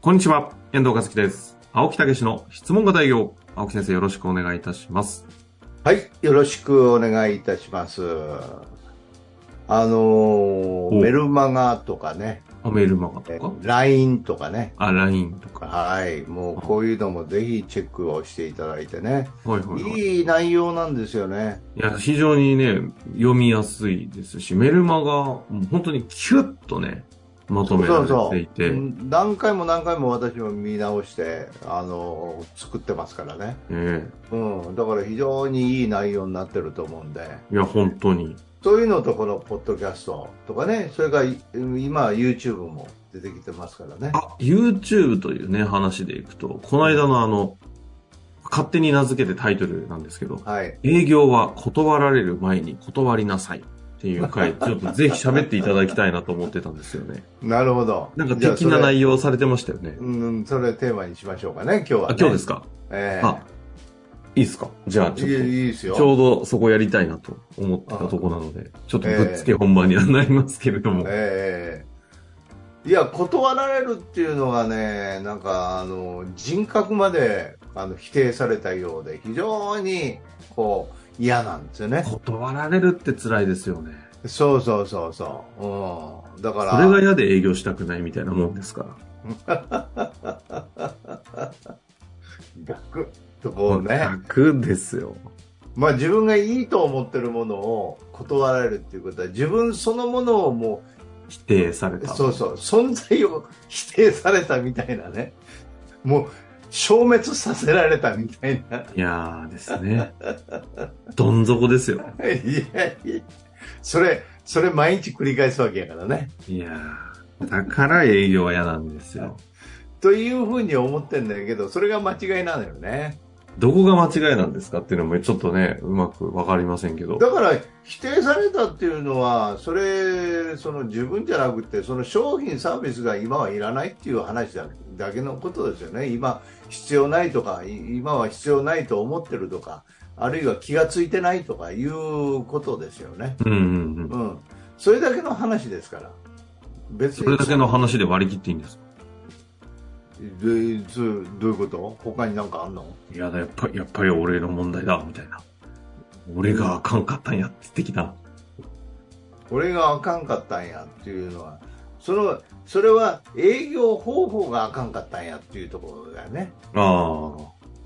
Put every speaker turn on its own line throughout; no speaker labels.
こんにちは、遠藤和樹です。青木武の質問が大業。青木先生、よろしくお願いいたします。
はい、よろしくお願いいたします。あのーメルマガとかね、
あメールマガ
え
とか
LINE とかね、
あ、LINE とか。
はい、もうこういうのもぜひチェックをしていただいてね、
はいはいはい。い
いい内容なんですよね。
や、非常にね、読みやすいですし、メルマガ、もう本当にキュッとね、まとめら
そう
れ
そ
ていて。
う、何回も何回も私も見直して、あのー作ってますからね、
え
うん、だから非常にいい内容になってると思うんで。
えいや、本当に。
そういうのとこのポッドキャストとかね、それからい今 YouTube も出てきてますからね。
あ、YouTube というね、話でいくと、この間のあの、勝手に名付けてタイトルなんですけど、
はい。
営業は断られる前に断りなさいっていう回、ちょっとぜひ喋っていただきたいなと思ってたんですよ ね。
なるほど。
なんか
じゃあ
的な
それ
内容されてましたよね。
うん、それテーマにしましょうかね、今日は、
あ
ね。、
今日です
か。
か
ええ
あ、いいですかじゃあちょ
いい
っ
いいです
と、
よ。
ちょうどそこやりたいなと思ってたとこなので、ちょっとぶっつけ本番にはなりますけれども。
ええいや、断られるっていうのがね、なんか、あの、人格まであの否定されたようで、非常に、こう、嫌なんですよね。
断られるって辛いですよね。
そうそうそうそう。うん。だから、
それが嫌で営業したくないみたいなもんですから。
逆とこうね。
楽ですよ。
まあ自分がいいと思ってるものを断られるっていうことは自分そのものをも
否定され
う
た。
そうそう存在を否定されたみたいなねもう消滅させられたみたいな
いやーですね。どん底ですよ。
いやいやそれそれ毎日繰り返すわけやからね
いやーだから営業は嫌なんですよ。
というふうに思ってんだけどそれが間違いなのよね
どこが間違いなんですかっていうのもちょっとね、うまくわかりませんけど。
だから否定されたっていうのはそれその自分じゃなくてその商品サービスが今はいらないっていう話だだけのことですよね今必要ないとかい今は必要ないと思ってるとかあるいは気がついてないとかいうことですよね、
うんうんうん。
うん、それだけの話ですから別
それだけの話で割り切っていいんですか
でいつどういうこと他に何かあんの
いやだ、やっぱり、やっぱり俺の問題だ、みたいな。俺があかんかったんやって的な。
俺があかんかったんやっていうのはそのそれは営業方法があかんかったんやっていうところだよね、
あ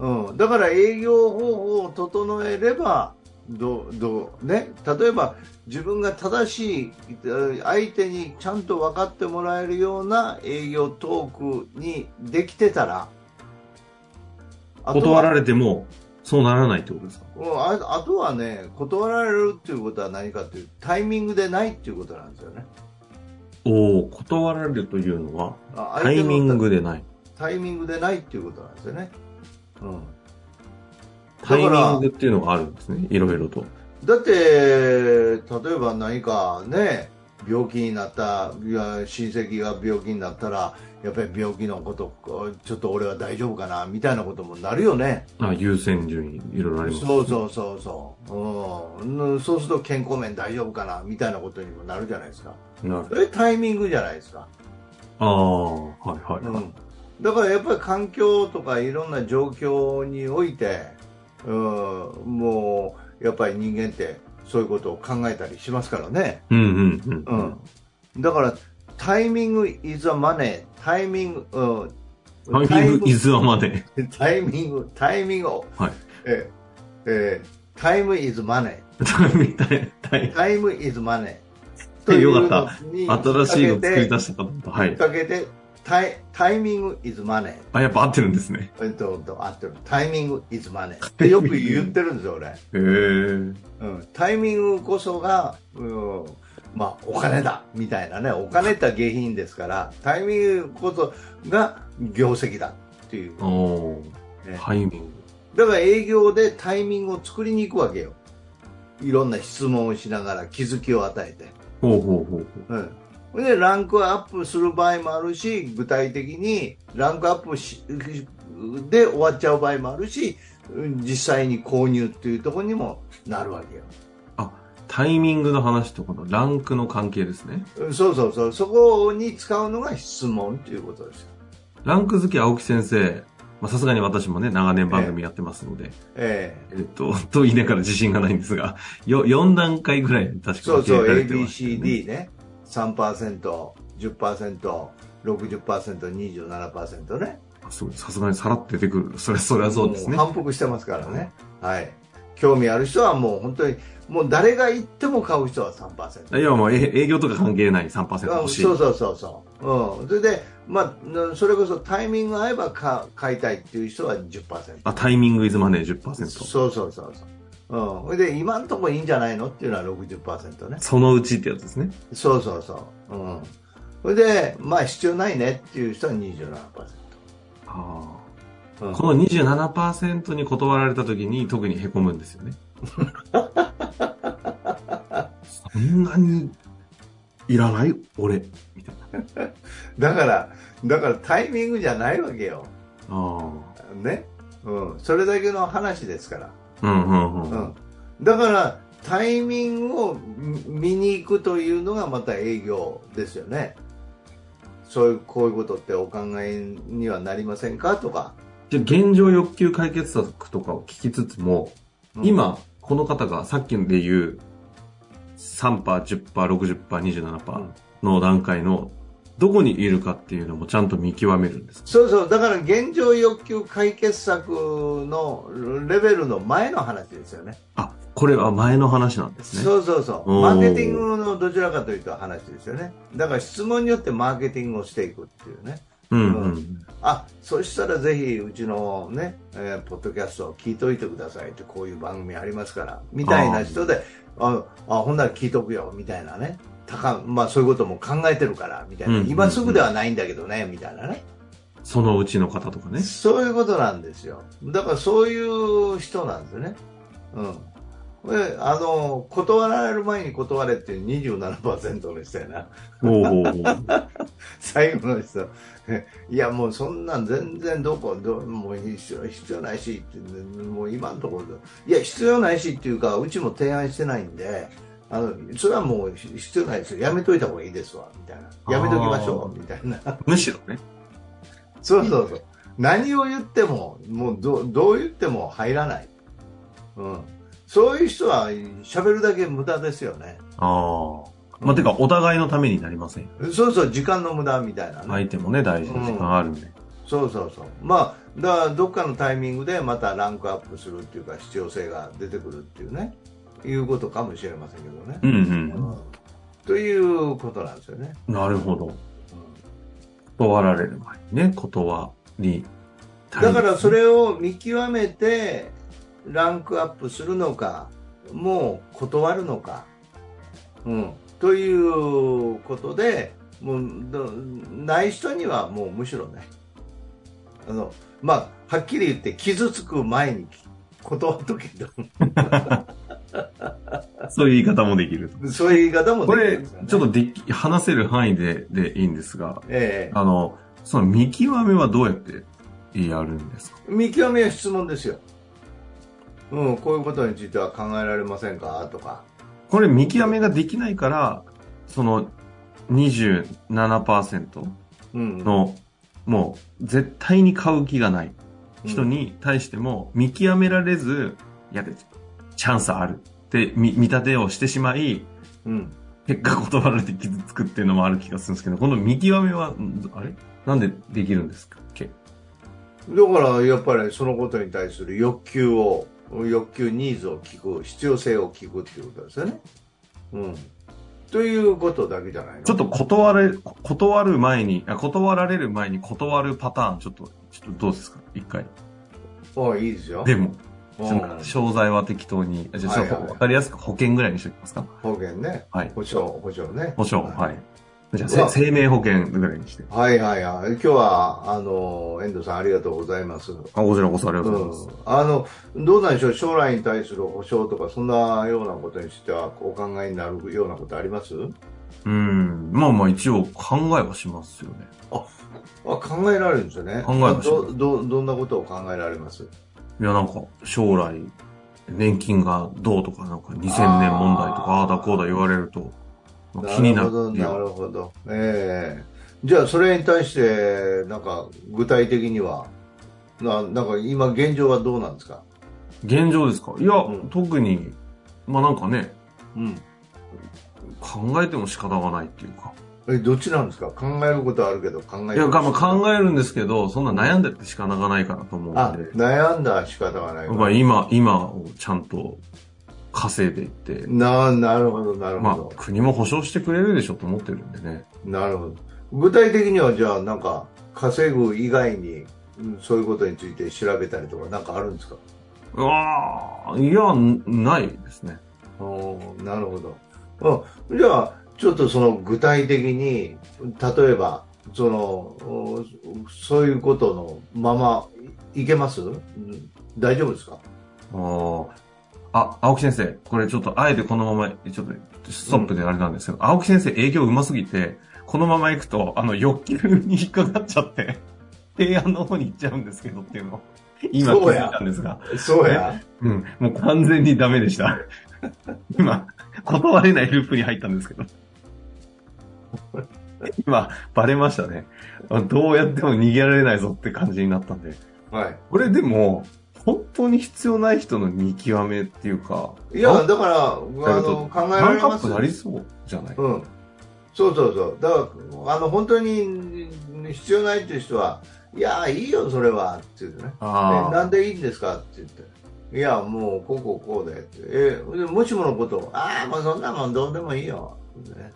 あ。
うん、だから営業方法を整えればどどうね、例えば自分が正しいえー相手にちゃんと分かってもらえるような営業トークにできてたらあと
断
は
られても、そうならないってことですか
うんああとはね断られるっていうことは何かっていうタイミングでないっていうことなんですよね。
おお断られるというのは、
あ
タ
相手
イ
の
ミングでない。
タイミングでないっていうことなんですよね。うん、だ
タ
か
イ
ら
ミングっていうのがあるんですね。いろいろと。
だって例えば何かね病気になったいや親戚が病気になったらやっぱり病気のことこうちょっと俺は大丈夫かなみたいなこともなるよね。
あ優先順位、いろいろあります。
そうそうそうそう、うん、そうすると健康面大丈夫かなみたいなことにもなるじゃないですか。
なる
それタイミングじゃないですか。
ああ、はいはい。
う
はい
ん、だからやっぱり環境とかいろんな状況において、うん、もうやっぱり人間ってそういうことを考えたりしますからね、
うんうんう
うんん。、だからタイミング is a money タイミング、うん
タイミング、いずわまで。
タイミングタイミングを、
はい
ええー、タイム is money
タイミング、タイ
タイム is money
よかった
とい
ミ
う
ング
に
新しいの作り
か
出したかと思った。はい
けて。かけてタイタイミング is money
あ、やっぱ合ってるんですね。
えっと、合ってる。タイミング is money ってよく言ってるんですよ、俺。
へえ。
うん。タイミングこそが、うん、まあ、お金だみたいなね。お金って下品ですから、タイミングこそが業績だっていう。
おお
ね
ー。タイミング。
だから営業でタイミングを作りに行くわけよ。いろんな質問をしながら気づきを与えて。
ほうほうほう
うん。それで、ランクアップする場合もあるし、具体的にランクアップしで終わっちゃう場合もあるし、うん実際に購入っていうところにもなるわけよ。
タイミングの話とこのランクの関係ですね。
うんそうそうそう。そこに使うのが質問ということですよ。
ランク付け青木先生、まあさすがに私もね、長年番組やってますので、
ええ
えっと、と言いながら自信がないんですが、よ4段階ぐらい確かに
そう
切り
そ
替
う、
えられてましたよね
ABCD ね、3%、10%、60%、27%ね。
あそうさすがにさらって出てくる。それ、それはそうですね
も。反復してますからね。はい。興味ある人はもう本当に、もう誰が行っても買う人は3%。
いや、もうえ営業とか関係ない3%
あ
欲しい。
そうそうそうそう、うん、それで、まあ、なそれこそタイミング合えばか買いたいっていう人は10%
あ、タイミングイズマネー10%。
そうそうそうそう、うん、それで今のところいいんじゃないのっていうのは60%ね
そのうちってやつですね。
そうそうそう、うん、それでまあ必要ないねっていう人は27%、
あ
う
あ
ん、
この27%に断られた時に特に凹むんですよね。そんなにいらない俺。みたいな。
だからだからタイミングじゃないわけよ
あ
ね、うん、それだけの話ですから
あ。うんうんうん。
うん、だからタイミングを見見に行くというのがまた営業ですよねそういうこういうことってお考えにはなりませんかとか、
じゃあ現状欲求解決策とかを聞きつつも、
うん
今、この方がさっきで言う3%、10%、60%、
う
27%
ん
の段階のどこにいるかっていうのもちゃんと見極めるんですか
そうそうだから現状欲求解決策のレベルの前の話ですよね
あ、これは前の話なんですね。
そうそうそう
おー
マーケティングのどちらかというと話ですよねだから質問によってマーケティングをしていくっていうね
うんう。
うんあそしたらぜひうちのね、えーポッドキャストを聞いといてくださいってこういう番組ありますからみたいな人でああほんなら聞いとくよみたいなね高、まあ、そういうことも考えてるからみたいな、
うん
今すぐではないんだけどねみたいなね
そのうちの方とかね。
そういうことなんですよだからそういう人なんですよねうんこれあの断られる前に断れっていう27%の人やな
お ー
最後の人、 いやもうそんなん全然どこ、どもう必要必要ないしって、もう今のところで、いや、必要ないしっていうか、うちも提案してないんで、あのそれはもう必要ないですよ、やめといた方がいいですわ、みたいな、やめときましょう、みたいな、
むしろね。
そうそうそう、何を言っても、もうどどう言っても入らない、うん、そういう人は喋るだけ無駄ですよね、
ああ。まあ、てか、お互いのためになりませんよね。
そうそう、時間の無駄みたいなね。
相手もね、大事な時間あるんで。
そうそうそうまあだからどっかのタイミングでまたランクアップするっていうか必要性が出てくるっていうねいうことかもしれませんけどね、
うんう
うん
ん
ということなんですよね、
うん。なるほど。断られる前にね、断り
う
た
ん
い
だからそれを見極めてランクアップするのかもう断るのか、うん、ということでもうどない人にはもうむしろねあのまあはっきり言って傷つく前に断っとけと
そういう言い方もできると。
そういう言い方も
こ
できる
れ、
んですよね
ちょっとでき、話せる範囲で、でいいんですが、
ええ
あの、その見極めはどうやってやるんですか
見極めは質問ですよ。うん、こういうことについては考えられませんかとか。
これ見極めができないから、その27%
うん。
の、もう絶対に買う気がない
うん
人。に対しても見極められず、いや、チャンスあるって見見立てをしてしまい、
うん。
結果断られて傷つくっていうのもある気がするんですけど、この見極めは、んあれなんでできるんですかけ
だから、やっぱりそのことに対する欲求を、欲求ニーズを聞く、必要性を聞くっていうことですよね。うん。ということだけじゃないの
ちょっと断れ、断る前に、あ断られる前に断るパターン、ちょっと、ちょっとどうですか一回。
と。あいいですよ。
でも、
うん
その詳細は適当に、じゃあちょっと
はいはいはい
わかりやすく保険ぐらいにしておきますか
保険ね。
はい
保証、保証ね。
保証、はい。じゃあ
う
せ、
わ
生命保険ぐらいにして。
はいはいはい。今日は、あの、遠藤さんありがとうございます。
あ、こちらこそありがとうございます。
うんあのどうなんでしょう、将来に対する保障とか、そんなようなことについては、お考えになるようなことあります
うん。まあまあ一応考えはしますよね。
あ考えられるんですよね。
考えました
どどどんなことを考えられます
いや、なんか、将来、年金がどうとか、なんか2000年問題とか、あ
あー
あーだこうだ言われると、まあ気にな
る
る
ほど、
ってい
な
う。
るほど。ええじゃあそれに対してなんか具体的にはななんか今現状はどうなんですか、
現状ですかいや、
うん
特に、まあなんかね、
うん、
考えても仕方がないっていうか。
えどっちなんですか考えることはあるけど考え
いや、
る
まあ考えるんですけど、そんな悩んでって仕方がないかなと思
あ
うんで。
悩んだ仕方がない
まあ今、今をちゃんと稼いでいって、
ななるほどなる
ま
ほ
あ
ど、
国も保証してくれるでしょと思ってるんでね。
なるほど具体的にはじゃあなんか稼ぐ以外にうんそういうことについて調べたりとかなんかあるんですか
うわあいや、んないですね。
おーなるほど、うん、じゃあちょっとその具体的に例えばそのおそういうことのままいけます、うん大丈夫ですか
あーあ、青木先生、これちょっとあえてこのまま、ちょっとストップであれなんですけど、青木先生営業うますぎて、このまま行くと、あの、欲求に引っかかっちゃって、提案の方に行っちゃうんですけどっていうのを、今気
そうや
づいたんですが、
そうや
うん、もう完全にダメでした。 今、断れないループに入ったんですけど。 今、バレましたね。あどうやっても逃げられないぞって感じになったんで。
はい
これでも、本当に必要ない人の見極めっていうか、
いや
あ
だからあの考えら
ワン
れ
カ
ま
ッ
す
プなりそうじゃない、
うん、そうそうそうだからあの本当に必要ないっていう人はいやいいよそれはって言ってねえな
あ
んでいいんですかって言って、いや、もうこうこうこうでって、えでもしものことを、ああ、もうそんなもんどうでもいいよ、ね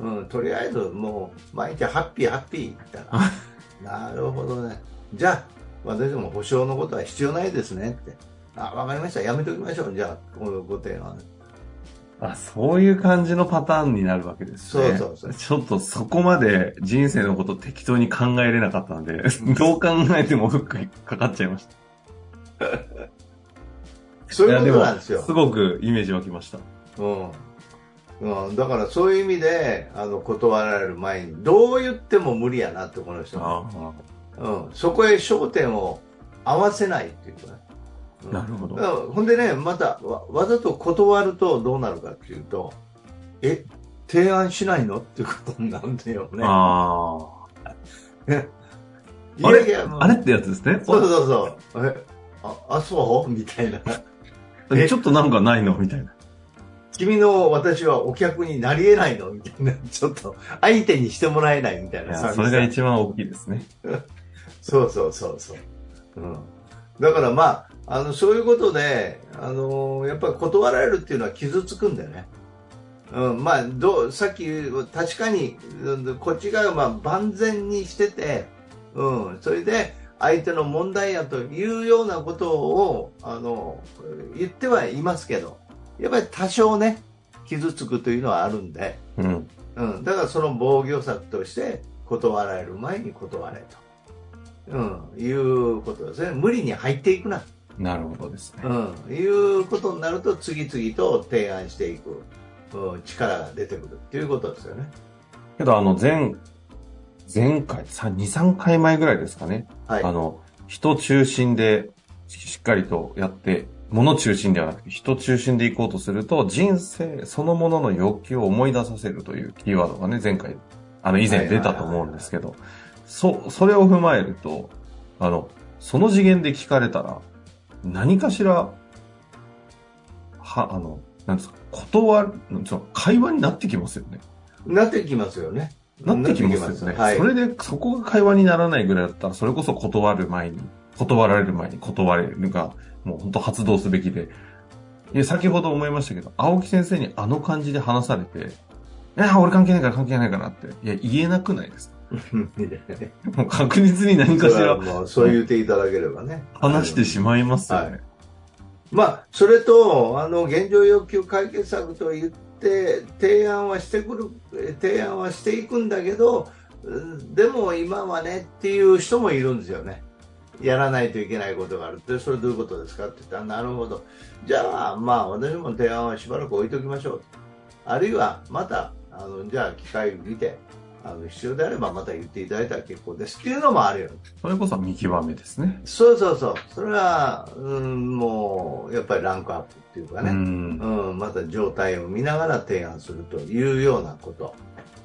うん、とりあえずもう毎日ハッピーハッピーみたい な、なるほどね、じゃあ、私も保証のことは必要ないですねって、あわかりました、やめときましょう、じゃあ、このご提案、
ああ、そういう感じのパターンになるわけですね。
そうそうそう
ちょっとそこまで人生のこと適当に考えれなかったん で、どう考えてもフックにかかっちゃいました。
そういう
や
ことなんですよ
す。ごくイメージ湧きました。
うんうん、だからそういう意味であの断られる前にどう言っても無理やなってこの人
あ
うん、そこへ焦点を合わせないっていうかね。う
あ、
ん
なるほど
だ。からほんでね、またわわざと断るとどうなるかっていうと、え、提案しないのっていうことになるんだよね。
あ
い
あ
やいや、もう
あ、あれってやつですね。
そうそうそう。え、あ、あそうみたいな。
おちょっとなんかないのみたいな。
君の私はお客になり得ないのみたいな。ちょっと相手にしてもらえないみたい
い
な
や
寂し
そ
さ。
れが一番大きいですね。
そうそうそうそう。うん。だからまあ、あの、そういうことで、あのーやっぱり断られるっていうのは傷つくんだよね。うん、まあ、どう、さっき言う、確かに、うんこっち側がまあ万全にしてて、うん、それで、相手の問題やというようなことを、あの、言ってはいますけど、やっぱり多少ね、傷つくというのはあるんで、
うん。
うん、だからその防御策として断られる前に断れと、うん、いうことですね無理に入っていくな、
なるほどですね。
うん、いうことになると次々と提案していく、うん、力が出てくるっていうことですよね
けど、あの、前、前回、さ2、3回前ぐらいですかね。
はい
あの、人中心でししっかりとやって、物中心ではなくて人中心でいこうとすると、人生そのものの欲求を思い出させるというキーワードがね、前回、あの、以前出たと思うんですけど、そ、それを踏まえると、あの、その次元で聞かれたら、何かしら、は、あの、なんですか、断る、その会話になってきますよね。
なってきますよね
なってきますよね。
はい
それで、そこが会話にならないぐらいだったら、それこそ断る前に、断られる前に断れるが、もう本当発動すべきで。いや、先ほど思いましたけど、青木先生にあの感じで話されて、いや、俺関係ないから関係ないからって、いや、言えなくないですかもう確実に何
そ
か
れ
し
は
ら
もうそう言っていただければね
話してしまいますよ
は
ね。
まあ、それとあの現状要求解決策と言って提案はしてくるえ提案はしていくんだけどうんでも今はねっていう人もいるんですよねやらないといけないことがあるってそれどういうことですかって言ったらなるほどじゃあまあ私も提案はしばらく置いときましょうあるいはまたあのじゃあ機会を見てあの必要であればまた言っていただいたら結構ですっていうのもあるよ
それこそ見極めですね。
そうそうそうそれは、うん、もうやっぱりランクアップっていうかね、
うん。
うん、また状態を見ながら提案するというようなこと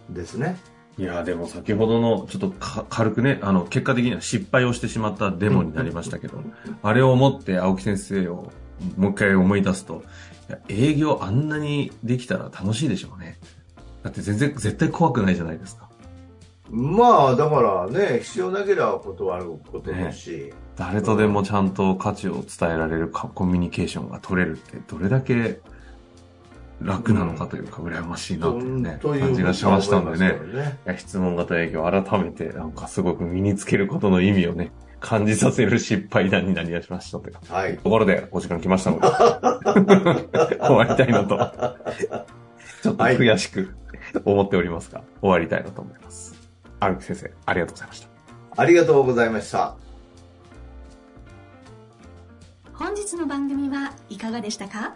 ですね。
いや、でも先ほどの、ちょっとか軽くね、あの、結果的には失敗をしてしまったデモになりましたけど、あれをもって青木先生をもう一回思い出すと、いや営業あんなにできたら楽しいでしょうね。だって全然、絶対怖くないじゃないですか。
まあだからね必要なければ断ることだし、
誰とでもちゃんと価値を伝えられるか、コミュニケーションが取れるって、どれだけ楽なのかというか、羨ましいなというね、
という
感じがしましたんで
ことだ
ね
と。思いますけどね
いや質問型営業改めてなんかすごく身につけることの意味をね、感じさせる失敗談になりやしましたという
はい
ところでお時間来ましたので、終わりたいなと、ちょっと悔しく思っておりますが、終わりたいなと思います。荒木先生、ありがとうございました。
ありがとうございました
本日の番組はいかがでしたか